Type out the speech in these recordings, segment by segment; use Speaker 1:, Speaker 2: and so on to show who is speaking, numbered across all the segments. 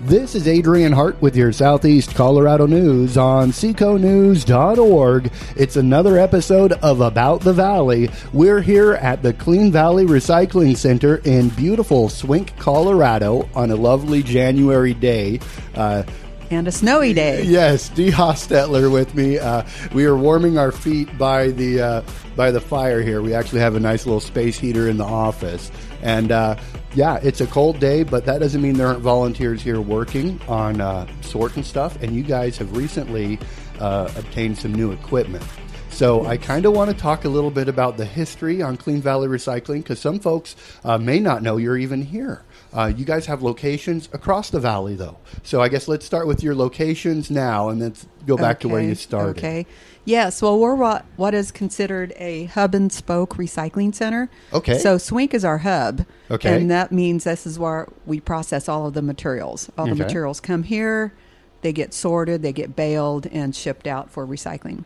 Speaker 1: This is Adrian Hart with your Southeast Colorado News on seconews.org. It's another episode of About the Valley. We're here at the Clean Valley Recycling Center in beautiful Swink, Colorado on a lovely January day. Uh,
Speaker 2: and a snowy day.
Speaker 1: Yes, D. Hostetler with me. Uh, we are warming our feet by the uh, by the fire here. We actually have a nice little space heater in the office, and uh, yeah, it's a cold day, but that doesn't mean there aren't volunteers here working on uh, sorting stuff. And you guys have recently uh, obtained some new equipment. So I kind of want to talk a little bit about the history on Clean Valley Recycling because some folks uh, may not know you're even here. Uh, you guys have locations across the valley, though. So I guess let's start with your locations now, and then s- go back to where
Speaker 2: Okay,
Speaker 1: you started.
Speaker 2: Okay. Yes. Well, we're what, what is considered a hub and spoke recycling center.
Speaker 1: Okay.
Speaker 2: So Swink is our hub.
Speaker 1: Okay.
Speaker 2: And that means this is where we process all of the materials. All the
Speaker 1: Okay.
Speaker 2: materials come here, they get sorted, they get baled, and shipped out for recycling.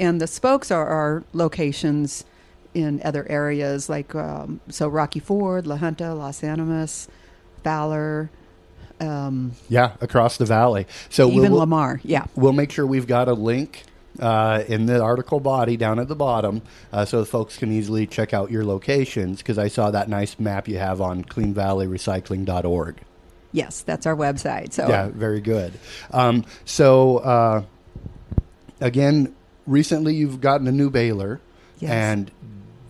Speaker 2: And the spokes are our locations in other areas like um, so Rocky Ford, La Junta, Los Animas, Fowler, um,
Speaker 1: Yeah, across the valley. So we'll-
Speaker 2: even
Speaker 1: we'll,
Speaker 2: Lamar. Yeah.
Speaker 1: we'll make sure we've got a link uh, in the article body down at the bottom uh, so the folks can easily check out your locations because I saw that nice map you have on cleanvalleyrecycling.org.
Speaker 2: Yes, that's our website. So
Speaker 1: Yeah, very good. Um, so, uh, again, recently you've gotten a new baler,
Speaker 2: Yes.
Speaker 1: and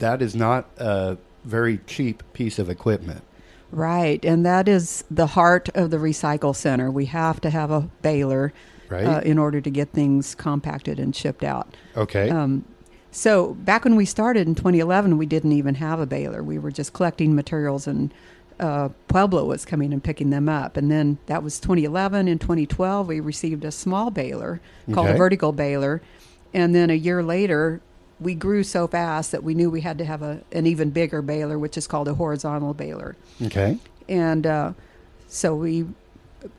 Speaker 1: that is not a very cheap piece of equipment.
Speaker 2: Right, and that is the heart of the recycle center. We have to have a baler
Speaker 1: Right.
Speaker 2: uh, in order to get things compacted and shipped out.
Speaker 1: Okay.
Speaker 2: Um, so back when we started in 2011, we didn't even have a baler. We were just collecting materials, and uh, Pueblo was coming and picking them up. And then that was 2011. In 2012, we received a small baler called
Speaker 1: Okay.
Speaker 2: a vertical baler, and then a year later. We grew so fast that we knew we had to have a, an even bigger baler, which is called a horizontal baler
Speaker 1: okay.
Speaker 2: and uh, so we,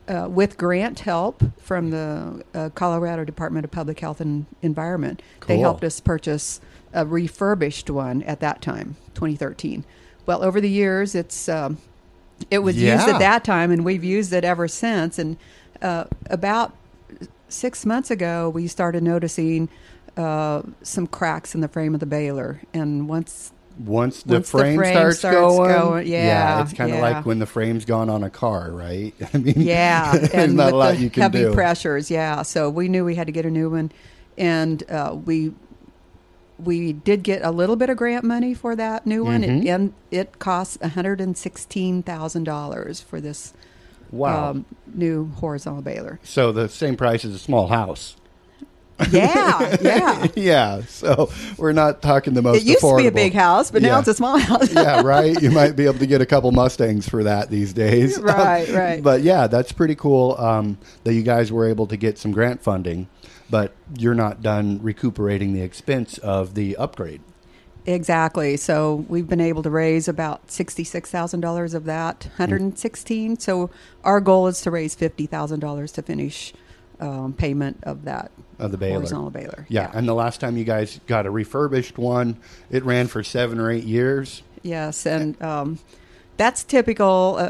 Speaker 2: uh, with grant help from the uh, Colorado Department of Public Health and Environment, they
Speaker 1: Cool.
Speaker 2: helped us purchase a refurbished one at that time, 2013. Well, over the years, it's um, it was used
Speaker 1: Yeah.
Speaker 2: at that time, and we've used it ever since. And uh, about six months ago, we started noticing uh, some cracks in the frame of the baler, and once
Speaker 1: Once the,
Speaker 2: Once the
Speaker 1: frame,
Speaker 2: frame
Speaker 1: starts,
Speaker 2: starts
Speaker 1: going,
Speaker 2: going- yeah,
Speaker 1: it's kind of
Speaker 2: yeah.
Speaker 1: like when the frame's gone on a car, right? I mean,
Speaker 2: Yeah,
Speaker 1: there's not
Speaker 2: with
Speaker 1: a lot
Speaker 2: the
Speaker 1: you can
Speaker 2: heavy
Speaker 1: do.
Speaker 2: pressures. Yeah, so we knew we had to get a new one, and uh, we we did get a little bit of grant money for that new one, It-
Speaker 1: Mm-hmm.
Speaker 2: and it cost one hundred and sixteen thousand dollars for this
Speaker 1: Wow.
Speaker 2: um, new horizontal baler.
Speaker 1: so the same price as a small house.
Speaker 2: Yeah, yeah.
Speaker 1: yeah, so we're not talking the most.
Speaker 2: it used to be a
Speaker 1: affordable.
Speaker 2: big house, but now
Speaker 1: Yeah.
Speaker 2: it's a small house.
Speaker 1: yeah, right. You might be able to get a couple Mustangs for that these days. Um,
Speaker 2: Right, right.
Speaker 1: But yeah, that's pretty cool um, that you guys were able to get some grant funding, but you're not done recuperating the expense of the upgrade.
Speaker 2: Exactly. So we've been able to raise about sixty-six thousand dollars of that, one hundred and sixteen. So our goal is to raise fifty thousand dollars to finish um, payment of that
Speaker 1: Of the baler.
Speaker 2: horizontal baler.
Speaker 1: Yeah, and the last time you guys got a refurbished one, it ran for seven or eight years
Speaker 2: Yes, and um, that's typical. Uh,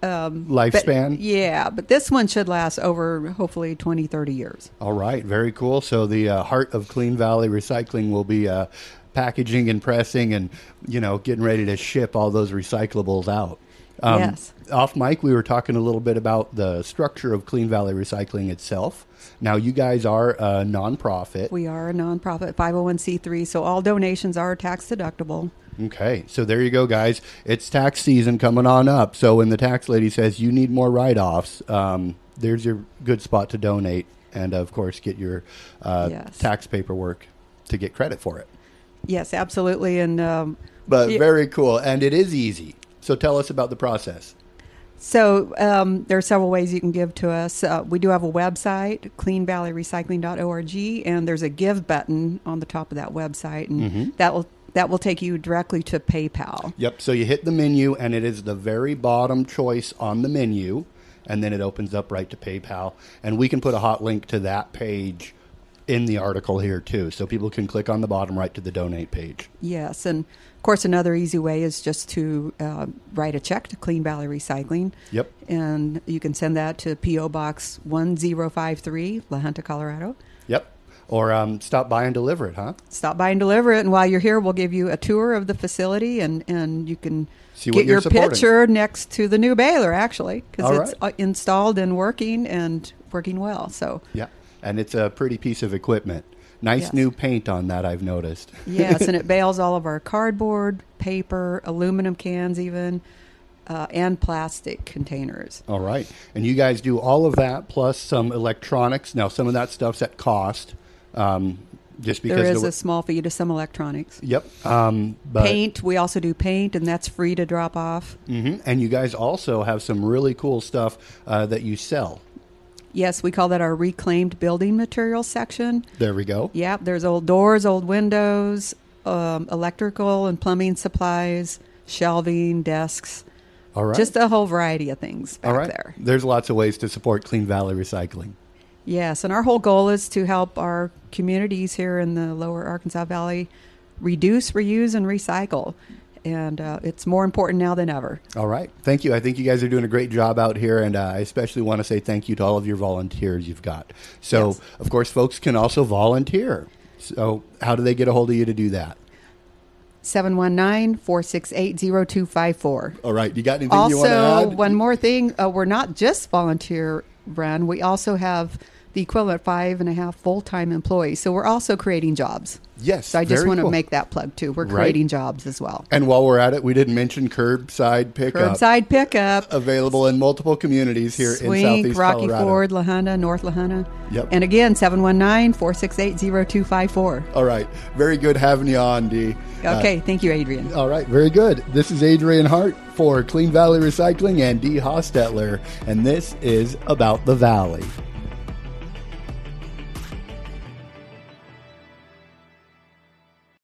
Speaker 2: but-
Speaker 1: lifespan.
Speaker 2: yeah, but this one should last over hopefully 20, 30 years.
Speaker 1: All right, very cool. So the uh, heart of Clean Valley Recycling will be uh, packaging and pressing, and you know, getting ready to ship all those recyclables out. Um,
Speaker 2: Yes.
Speaker 1: Off mic, we were talking a little bit about the structure of Clean Valley Recycling itself. Now, you guys are a nonprofit.
Speaker 2: We are a nonprofit, five hundred one c three, so all donations are tax deductible.
Speaker 1: Okay, so there you go, guys. It's tax season coming on up. So when the tax lady says you need more write offs, um, there's your good spot to donate, and of course, get your uh,
Speaker 2: Yes.
Speaker 1: tax paperwork to get credit for it.
Speaker 2: Yes, absolutely, and. Um,
Speaker 1: but
Speaker 2: Yeah.
Speaker 1: very cool and it is easy so tell us about the process
Speaker 2: So um, there are several ways you can give to us. Uh, we do have a website, cleanvalleyrecycling.org, and there's a give button on the top of that website, and that will that will take you directly to PayPal.
Speaker 1: yep so you hit the menu and it is the very bottom choice on the menu and then it opens up right to paypal and we can put a hot link to that page in the article here too, so people can click on the bottom right to the donate page.
Speaker 2: Yes, and of course, another easy way is just to uh, write a check to Clean Valley Recycling.
Speaker 1: Yep.
Speaker 2: And you can send that to P.O. Box 1053, La Junta, Colorado.
Speaker 1: Yep. Or um, stop by and deliver it, huh?
Speaker 2: Stop by and deliver it. And while you're here, we'll give you a tour of the facility and, and you can
Speaker 1: See what
Speaker 2: get
Speaker 1: you're
Speaker 2: your
Speaker 1: supporting.
Speaker 2: picture next to the new baler, actually,
Speaker 1: All
Speaker 2: because it's uh installed and working and working well. So,
Speaker 1: Yeah. And it's a pretty piece of equipment. Nice
Speaker 2: Yes.
Speaker 1: new paint on that, I've noticed.
Speaker 2: yes, and it bales all of our cardboard, paper, aluminum cans, even, uh, and plastic containers.
Speaker 1: All right. And you guys do all of that plus some electronics. Now, some of that stuff's at cost, um, just because.
Speaker 2: There is
Speaker 1: the-
Speaker 2: a small fee to some electronics.
Speaker 1: Yep. Um, but,
Speaker 2: paint, we also do paint, and that's free to drop off.
Speaker 1: Mhm. And you guys also have some really cool stuff uh, that you sell.
Speaker 2: Yes, we call that our reclaimed building materials section.
Speaker 1: There we go.
Speaker 2: Yep, there's old doors, old windows, um, electrical and plumbing supplies, shelving, desks,
Speaker 1: All right.
Speaker 2: just a whole variety of things back
Speaker 1: all right.
Speaker 2: there.
Speaker 1: There's lots of ways to support Clean Valley Recycling.
Speaker 2: Yes, and our whole goal is to help our communities here in the lower Arkansas Valley reduce, reuse, and recycle. And uh, it's more important now than ever.
Speaker 1: All right. Thank you. I think you guys are doing a great job out here. And uh, I especially want to say thank you to all of your volunteers you've got. So,
Speaker 2: Yes.
Speaker 1: of course, folks can also volunteer. So, how do they get a hold of you to do that?
Speaker 2: 719 468 0254.
Speaker 1: All right. You got anything you want to
Speaker 2: Also,
Speaker 1: add?
Speaker 2: one more thing uh, we're not just volunteer run, we also have the equivalent five and a half full time employees. So we're also creating jobs.
Speaker 1: Yes.
Speaker 2: So I just
Speaker 1: very
Speaker 2: want to
Speaker 1: cool.
Speaker 2: make that plug too. We're
Speaker 1: Right.
Speaker 2: creating jobs as well.
Speaker 1: And while we're at it, we didn't mention curbside pickup.
Speaker 2: Curbside pickup.
Speaker 1: Available in multiple communities here in
Speaker 2: Swink,
Speaker 1: Southeast
Speaker 2: Rocky
Speaker 1: Colorado.
Speaker 2: Ford, Lahana, North Lahana.
Speaker 1: Yep.
Speaker 2: And again, 719 468 0254.
Speaker 1: All right. Very good having you on, Dee. Uh,
Speaker 2: Okay, thank you, Adrian.
Speaker 1: All right, very good. This is Adrian Hart for Clean Valley Recycling and Dee Hostetler, and this is About the Valley.